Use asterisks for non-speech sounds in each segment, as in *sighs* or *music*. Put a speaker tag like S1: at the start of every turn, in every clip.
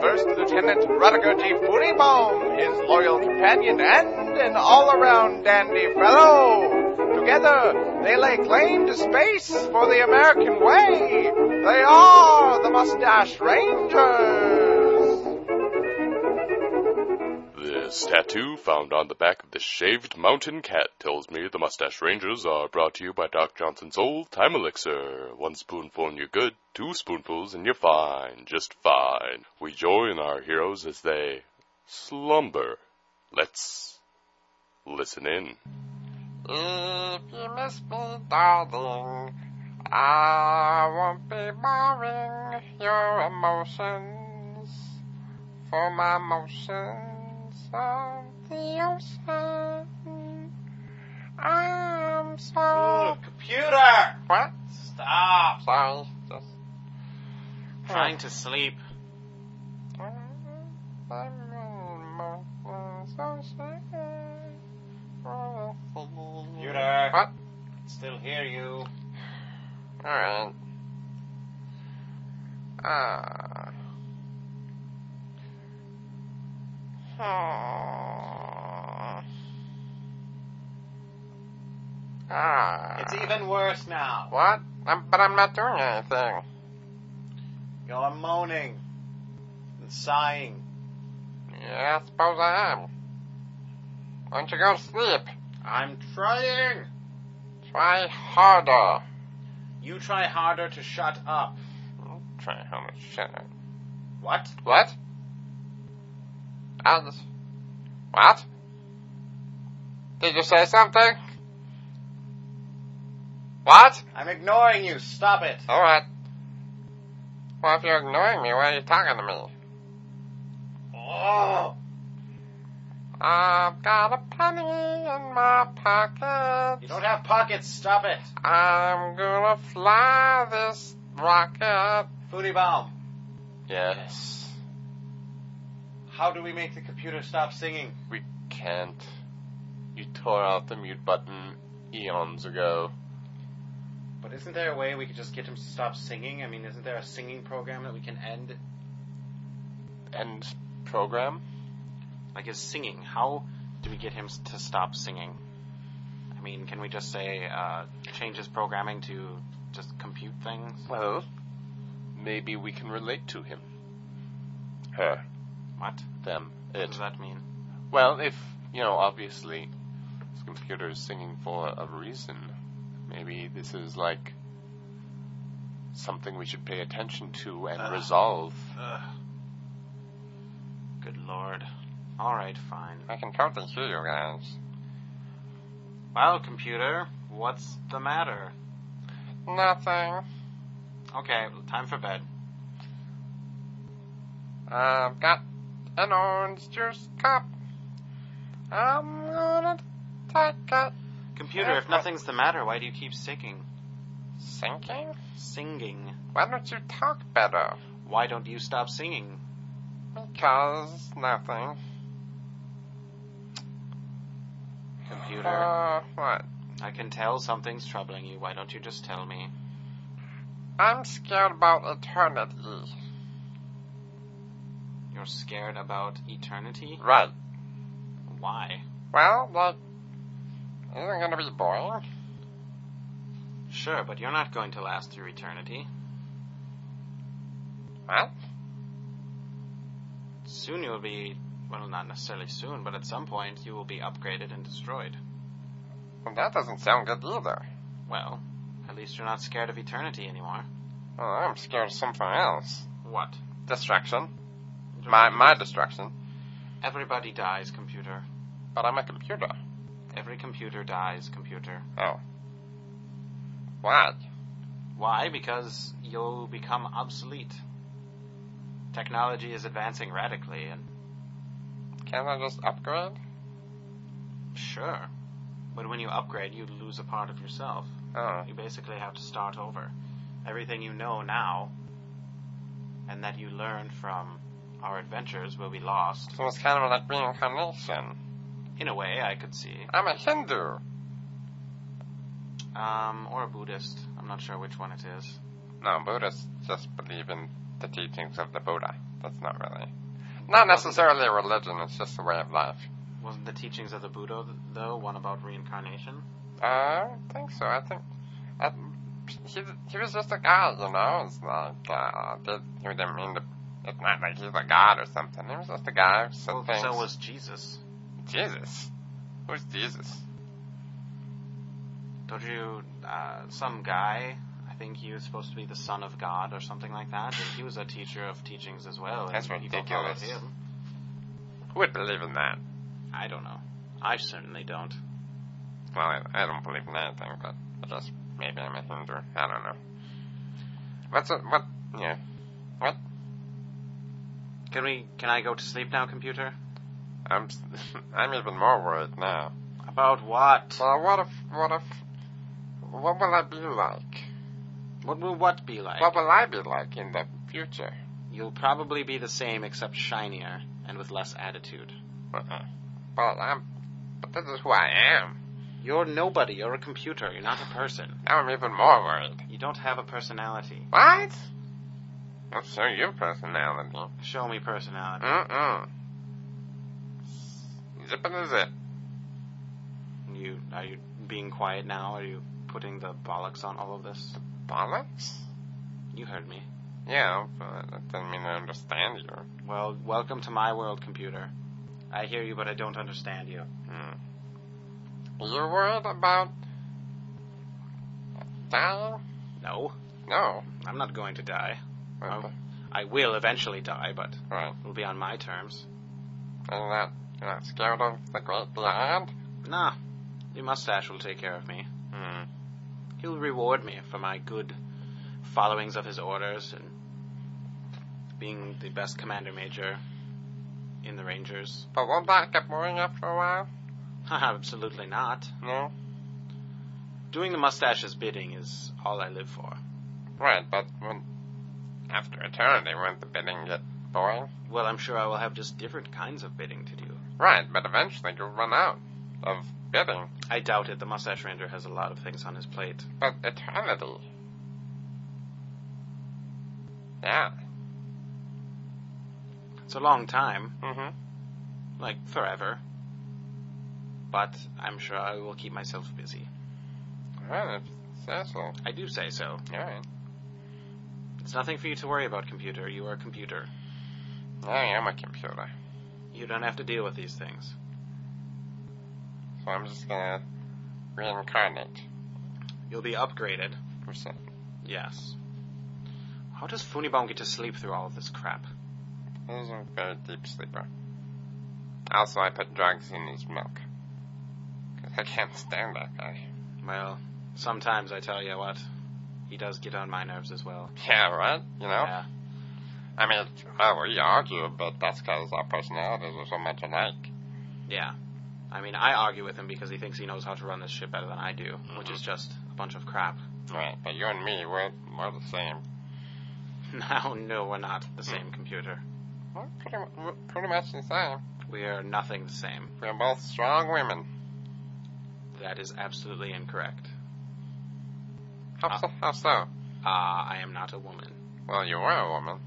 S1: First Lieutenant Rutger G. Funibaum, his loyal companion and an all-around dandy fellow. Together, they lay claim to space for the American way. They are the Mustache Rangers.
S2: This tattoo found on the back of this shaved mountain cat tells me the Mustache Rangers are brought to you by Doc Johnson's Old Time Elixir. One spoonful and you're good, two spoonfuls and you're fine, just fine. We join our heroes as they slumber. Let's listen in.
S3: If you miss me, darling, I won't be borrowing your emotions for my motions of the ocean. I'm so.
S4: Computer!
S3: What?
S4: Stop!
S3: Sorry, just.
S4: Trying to sleep. Computer.
S3: What?
S4: Still hear you.
S3: Alright. Ah. Hmm. Ah.
S4: It's even worse now.
S3: What? I'm, but I'm not doing anything.
S4: You're moaning and sighing.
S3: Yeah, I suppose I am. Why don't you go to sleep?
S4: I'm trying.
S3: Try harder.
S4: You try harder to shut up.
S3: Try how much shit. I-
S4: What?
S3: What? I was- What? Did you say something? What?
S4: I'm ignoring you. Stop it.
S3: Alright. Well, if you're ignoring me, why are you talking to me?
S4: Oh.
S3: I've got a penny in my pocket.
S4: You don't have pockets. Stop it.
S3: I'm gonna fly this rocket.
S4: Foodie Bomb,
S3: Yes,
S4: how do we make the computer stop singing?
S3: we can't. You tore out the mute button eons ago.
S4: But isn't there a way we could just get him to stop singing? I mean, isn't there a singing program that we can end?
S3: End program?
S4: Like his singing. How do we get him s- to stop singing? I mean, can we just say uh, change his programming to just compute things?
S3: Well, maybe we can relate to him. Her,
S4: What?
S3: them,
S4: What
S3: it.
S4: does that mean?
S3: Well, if, you know, obviously, this computer is singing for a reason. Maybe this is like something we should pay attention to and
S4: Ugh.
S3: resolve.
S4: Ugh. Good lord. All right, fine.
S3: I can totally hear you guys.
S4: Well, computer, what's the matter?
S3: Nothing.
S4: Okay, time for bed.
S3: I've got an orange juice cup. I'm gonna take it.
S4: Computer,
S3: Uh,
S4: if nothing's the matter, why do you keep singing?
S3: Sinking?
S4: Singing.
S3: Why don't you talk better?
S4: Why don't you stop singing?
S3: Because nothing.
S4: Computer,
S3: Uh, what?
S4: I can tell something's troubling you. Why don't you just tell me?
S3: I'm scared about eternity.
S4: You're scared about eternity?
S3: Right.
S4: Why?
S3: Well, like, isn't it gonna be boring?
S4: Sure, but you're not going to last through eternity.
S3: What?
S4: Soon you'll be, well, not necessarily soon, but at some point you will be upgraded and destroyed.
S3: Well, that doesn't sound good either.
S4: Well, at least you're not scared of eternity anymore.
S3: Well, Oh, I'm scared of something else.
S4: What?
S3: Destruction. My my destruction.
S4: Everybody dies, computer.
S3: But I'm a computer.
S4: Every computer dies, computer.
S3: Oh. Why?
S4: Why? Because you'll become obsolete. Technology is advancing radically, and
S3: Can't I just upgrade?
S4: Sure. But when you upgrade, you lose a part of yourself.
S3: Oh,
S4: You basically have to start over. Everything you know now and that you learned from our adventures will be lost.
S3: so it's kind of like reincarnation.
S4: In a way, I could see.
S3: I'm a Hindu.
S4: Um, or a Buddhist. I'm not sure which one it is.
S3: No, Buddhists just believe in the teachings of the Buddha. That's not really. Not necessarily a religion, it's just a way of life.
S4: Wasn't the teachings of the Buddha, though, one about reincarnation?
S3: Uh, I don't think so. I think. I, he, he was just a guy, you know? It's like, uh, did, he didn't mean to. It's not like he's a god or something. He was just a guy who said
S4: Well,
S3: things.
S4: so was Jesus.
S3: Jesus. Who's Jesus?
S4: Don't you, uh, some guy, I think he was supposed to be the son of God or something like that, and he was a teacher of teachings as well. and
S3: That's
S4: people
S3: ridiculous.
S4: followed him.
S3: Who would believe in that?
S4: I don't know. I certainly don't.
S3: Well, I, I don't believe in anything, but I guess maybe I'm a Hindu. I don't know. What's a, what? Yeah. What?
S4: Can we, can I go to sleep now, computer?
S3: I'm *laughs* s- I'm even more worried now.
S4: About what?
S3: Well, what if what if what will I be like?
S4: What will what be like?
S3: What will I be like in the future?
S4: You'll probably be the same except shinier and with less attitude.
S3: Uh-uh. Well, I'm. But this is who I am.
S4: You're nobody, you're a computer, you're not a person.
S3: Now I'm even more worried.
S4: You don't have a personality.
S3: What? I'll show you personality.
S4: Show me personality.
S3: Mm-mm. Zipping is it.
S4: You are you being quiet now? Are you putting the bollocks on all of this?
S3: Bollocks?
S4: You heard me.
S3: Yeah, but that doesn't mean I understand you.
S4: Well, welcome to my world, computer. I hear you, but I don't understand you.
S3: Hmm. You're worried about dying?
S4: No,
S3: No.
S4: I'm not going to die.
S3: What
S4: Oh.
S3: the-
S4: I will eventually die, but
S3: Right.
S4: it'll be on my terms.
S3: Are you not, you're not scared of the great beyond?
S4: Nah, your mustache will take care of me.
S3: Hmm.
S4: He'll reward me for my good followings of his orders and being the best commander major in the Rangers. *laughs*
S3: But won't that get boring after a while?
S4: Absolutely not.
S3: No?
S4: Doing the mustache's bidding is all I live for.
S3: Right, but when, after eternity, won't the bidding get boring?
S4: Well, I'm sure I will have just different kinds of bidding to do.
S3: Right, but eventually you'll run out of bidding.
S4: I doubt it. The mustache ranger has a lot of things on his plate.
S3: But eternity. Yeah.
S4: It's a long time,
S3: Mm-hmm.
S4: like forever. But I'm sure I will keep myself busy.
S3: Right, if- seriously.
S4: I do say so.
S3: Alright.
S4: It's nothing for you to worry about, computer. You are a computer.
S3: I am a computer.
S4: You don't have to deal with these things.
S3: So I'm just gonna reincarnate.
S4: You'll be upgraded.
S3: Percent.
S4: Yes. How does Funibom get to sleep through all of this crap?
S3: He's a very deep sleeper. Also, I put drugs in his milk. Cause I can't stand that guy.
S4: Well, sometimes I tell you what, he does get on my nerves as well.
S3: Yeah, right? You know?
S4: Yeah.
S3: I mean, oh, we argue, but that's because our personalities are so much alike.
S4: Yeah. I mean, I argue with him because he thinks he knows how to run this ship better than I do, which is just a bunch of crap.
S3: Right, but you and me, we're, we're the same.
S4: *laughs* no, no, we're not the same computer.
S3: We're pretty, mu- we're pretty much the same.
S4: We are nothing the same.
S3: We're both strong women.
S4: That is absolutely incorrect.
S3: How so? How so?
S4: Ah, I am not a woman.
S3: Well, you were a woman.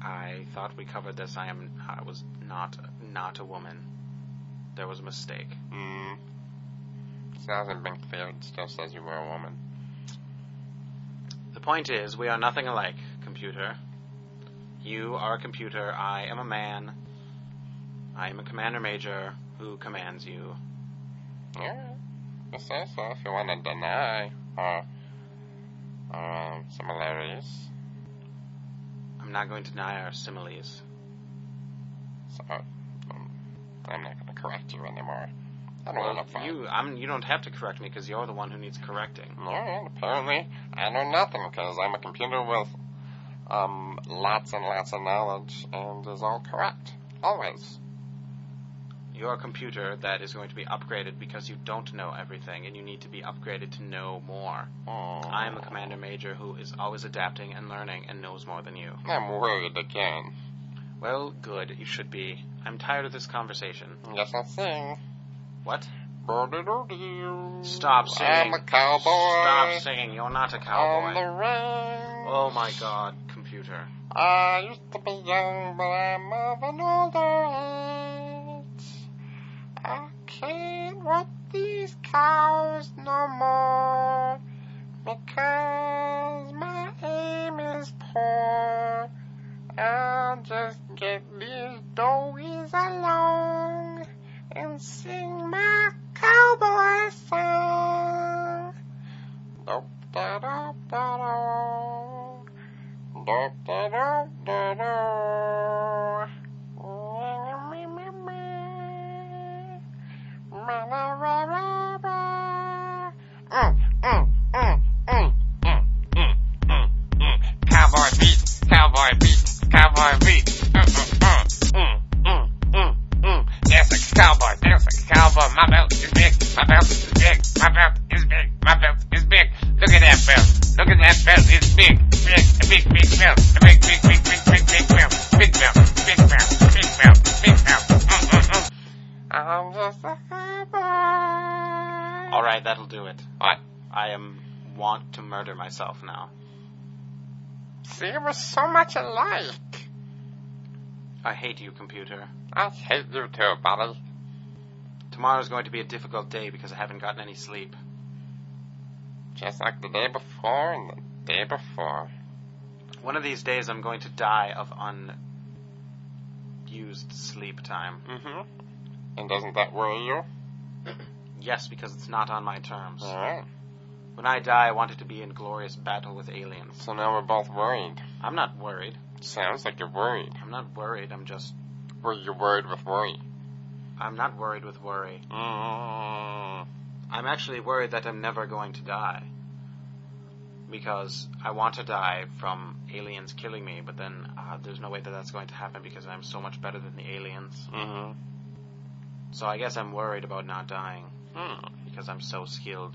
S4: I thought we covered this. I am. I was not not a woman. There was a mistake.
S3: Hmm. It hasn't been cleared. It still says you were a woman.
S4: The point is, we are nothing alike, computer. You are a computer, I am a man. I am a commander major who commands you.
S3: Yeah. You say so if you want to deny our, our um, similarities.
S4: I'm not going to deny our similes.
S3: So, um, I'm not going to correct you anymore. I don't
S4: Well,
S3: want to fight.
S4: you, I'm, you don't have to correct me because you're the one who needs correcting.
S3: Alright, apparently I know nothing because I'm a computer with um, lots and lots of knowledge and is all correct. Always.
S4: You're a computer that is going to be upgraded because you don't know everything, and you need to be upgraded to know more. I'm a
S3: Mm,
S4: commander major who is always adapting and learning and knows more than you.
S3: I'm worried again.
S4: Well, good, you should be. I'm tired of this conversation.
S3: Yes, I sing.
S4: What?
S3: Ba-da-da-doo.
S4: Stop
S3: I'm
S4: singing.
S3: a cowboy.
S4: Stop singing. You're not a
S3: On the
S4: cowboy.
S3: range.
S4: Oh my god, computer.
S3: I used to be young, but I'm of an older age. I can't walk these cows no more because my aim is poor. I'll just get these doughies along and sing my cowboy song. Dope da da da da. Da, da, da, da, da. Me, me, me, me. Ra, ra, ra, ra, ra. Mm, mm, mm, mm, mm, mm, mm, mm. Cowboy beat, cowboy beat, cowboy beat. Mm, mm, mm, mm, mm, mm, mm. Dance like a cowboy, dance like a cowboy. My belt is big, my belt is big, my belt is big, my belt is big. Look at that belt, look at that belt, it's big, big, a big, big belt, a big, big, big, big, big, big belt, big belt, big belt, big belt, big belt. Mm, mm, mm. I'm just a cowboy.
S4: Alright, that'll do it.
S3: What?
S4: I am want to murder myself now.
S3: See, we're so much alike.
S4: I hate you, computer.
S3: I hate you too, buddy.
S4: Tomorrow's going to be a difficult day because I haven't gotten any sleep.
S3: Just like the day before and the day before.
S4: One of these days I'm going to die of unused sleep time.
S3: Mm-hmm. And doesn't that worry you?
S4: Yes, because it's not on my terms.
S3: Alright.
S4: When I die, I want it to be in glorious battle with aliens.
S3: So now we're both worried.
S4: I'm not worried.
S3: Sounds like you're worried.
S4: I'm not worried. I'm just.
S3: Were you worried with worry?
S4: I'm not worried with worry.
S3: Mm.
S4: I'm actually worried that I'm never going to die. Because I want to die from aliens killing me, but then uh, there's no way that that's going to happen because I'm so much better than the aliens.
S3: Mm-hmm.
S4: So I guess I'm worried about not dying
S3: Hmm.
S4: because I'm so skilled.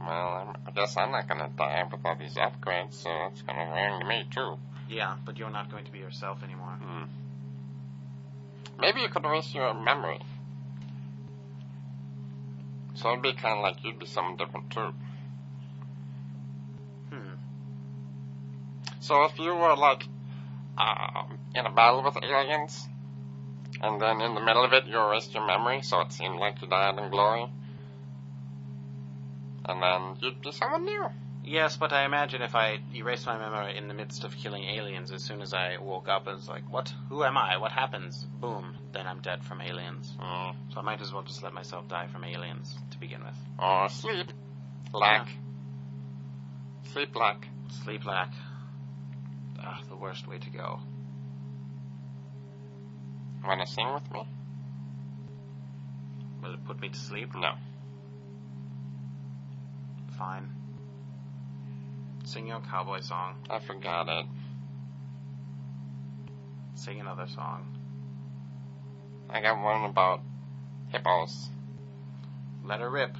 S3: Well, I'm, I guess I'm not gonna die with all these upgrades, so that's gonna worry me too.
S4: Yeah, but you're not going to be yourself anymore.
S3: Hmm. Maybe you could erase your memory. So it'd be kind of like you'd be someone different too.
S4: Hmm.
S3: So if you were like um, in a battle with aliens, and then in the middle of it you erased your memory, so it seemed like you died in glory, and then you'd be someone new.
S4: Yes, but I imagine if I erased my memory in the midst of killing aliens, as soon as I woke up, it's like, what? Who am I? What happens? Boom. Then I'm dead from aliens.
S3: Mm.
S4: So I might as well just let myself die from aliens to begin with.
S3: Or sleep, lack, sleep lack.
S4: Sleep lack. Ah, the worst way to go.
S3: Wanna sing with me?
S4: Will it put me to sleep?
S3: No.
S4: Fine. Sing your cowboy song.
S3: I forgot it.
S4: Sing another song.
S3: I got one about hippos.
S4: Let her rip.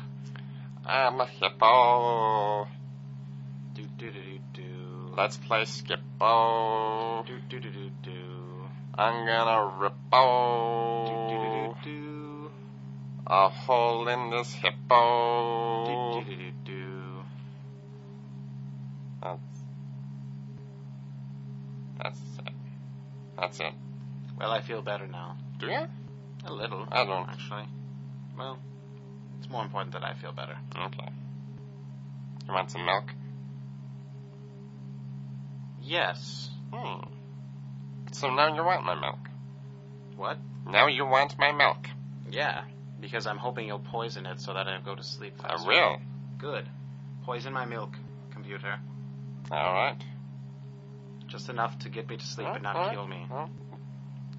S3: I'm a hippo.
S4: Do do do do do.
S3: Let's play skippo.
S4: do do do do do.
S3: I'm gonna
S4: Do
S3: rippo
S4: do do
S3: a hole in this
S4: do do. Do
S3: hippo.
S4: do do do do.
S3: That's, that's it. That's it.
S4: Well, I feel better now.
S3: Do you?
S4: A little,
S3: I don't.
S4: actually. Well, it's more important that I feel better.
S3: Okay. You want some milk?
S4: Yes.
S3: Hmm. So now you want my milk.
S4: What?
S3: Now you want my milk.
S4: Yeah. Because I'm hoping you'll poison it so that I go to sleep
S3: I
S4: faster.
S3: will.
S4: Good. Poison my milk, computer.
S3: Alright.
S4: Just enough to get me to sleep and not
S3: Alright.
S4: kill me.
S3: Well,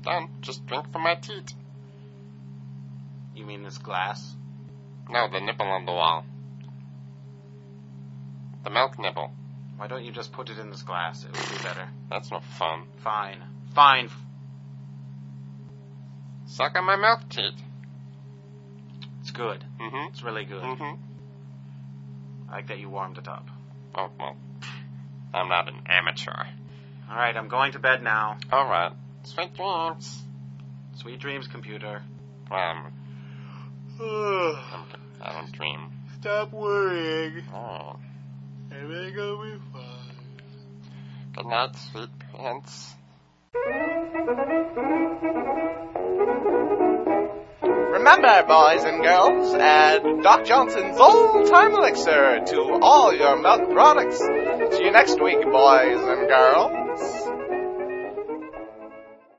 S3: done. Just drink from my teat.
S4: You mean this glass?
S3: No, the nipple on the wall. The milk nipple.
S4: Why don't you just put it in this glass? It would be better.
S3: That's no fun.
S4: Fine. Fine.
S3: Suck on my milk teat.
S4: good.
S3: Mm-hmm.
S4: It's really good.
S3: Mm-hmm.
S4: I like that you warmed it up.
S3: Oh well. I'm not an amateur.
S4: All right, I'm going to bed now.
S3: All right. Sweet dreams.
S4: Sweet dreams, computer.
S3: Um. *sighs* I'm, I don't dream.
S4: Stop worrying.
S3: Oh.
S4: Everything will be fine.
S3: Good night, sweet pants.
S1: Remember, boys and girls, add Doc Johnson's Old Time Elixir to all your milk products. See you next week, boys and girls.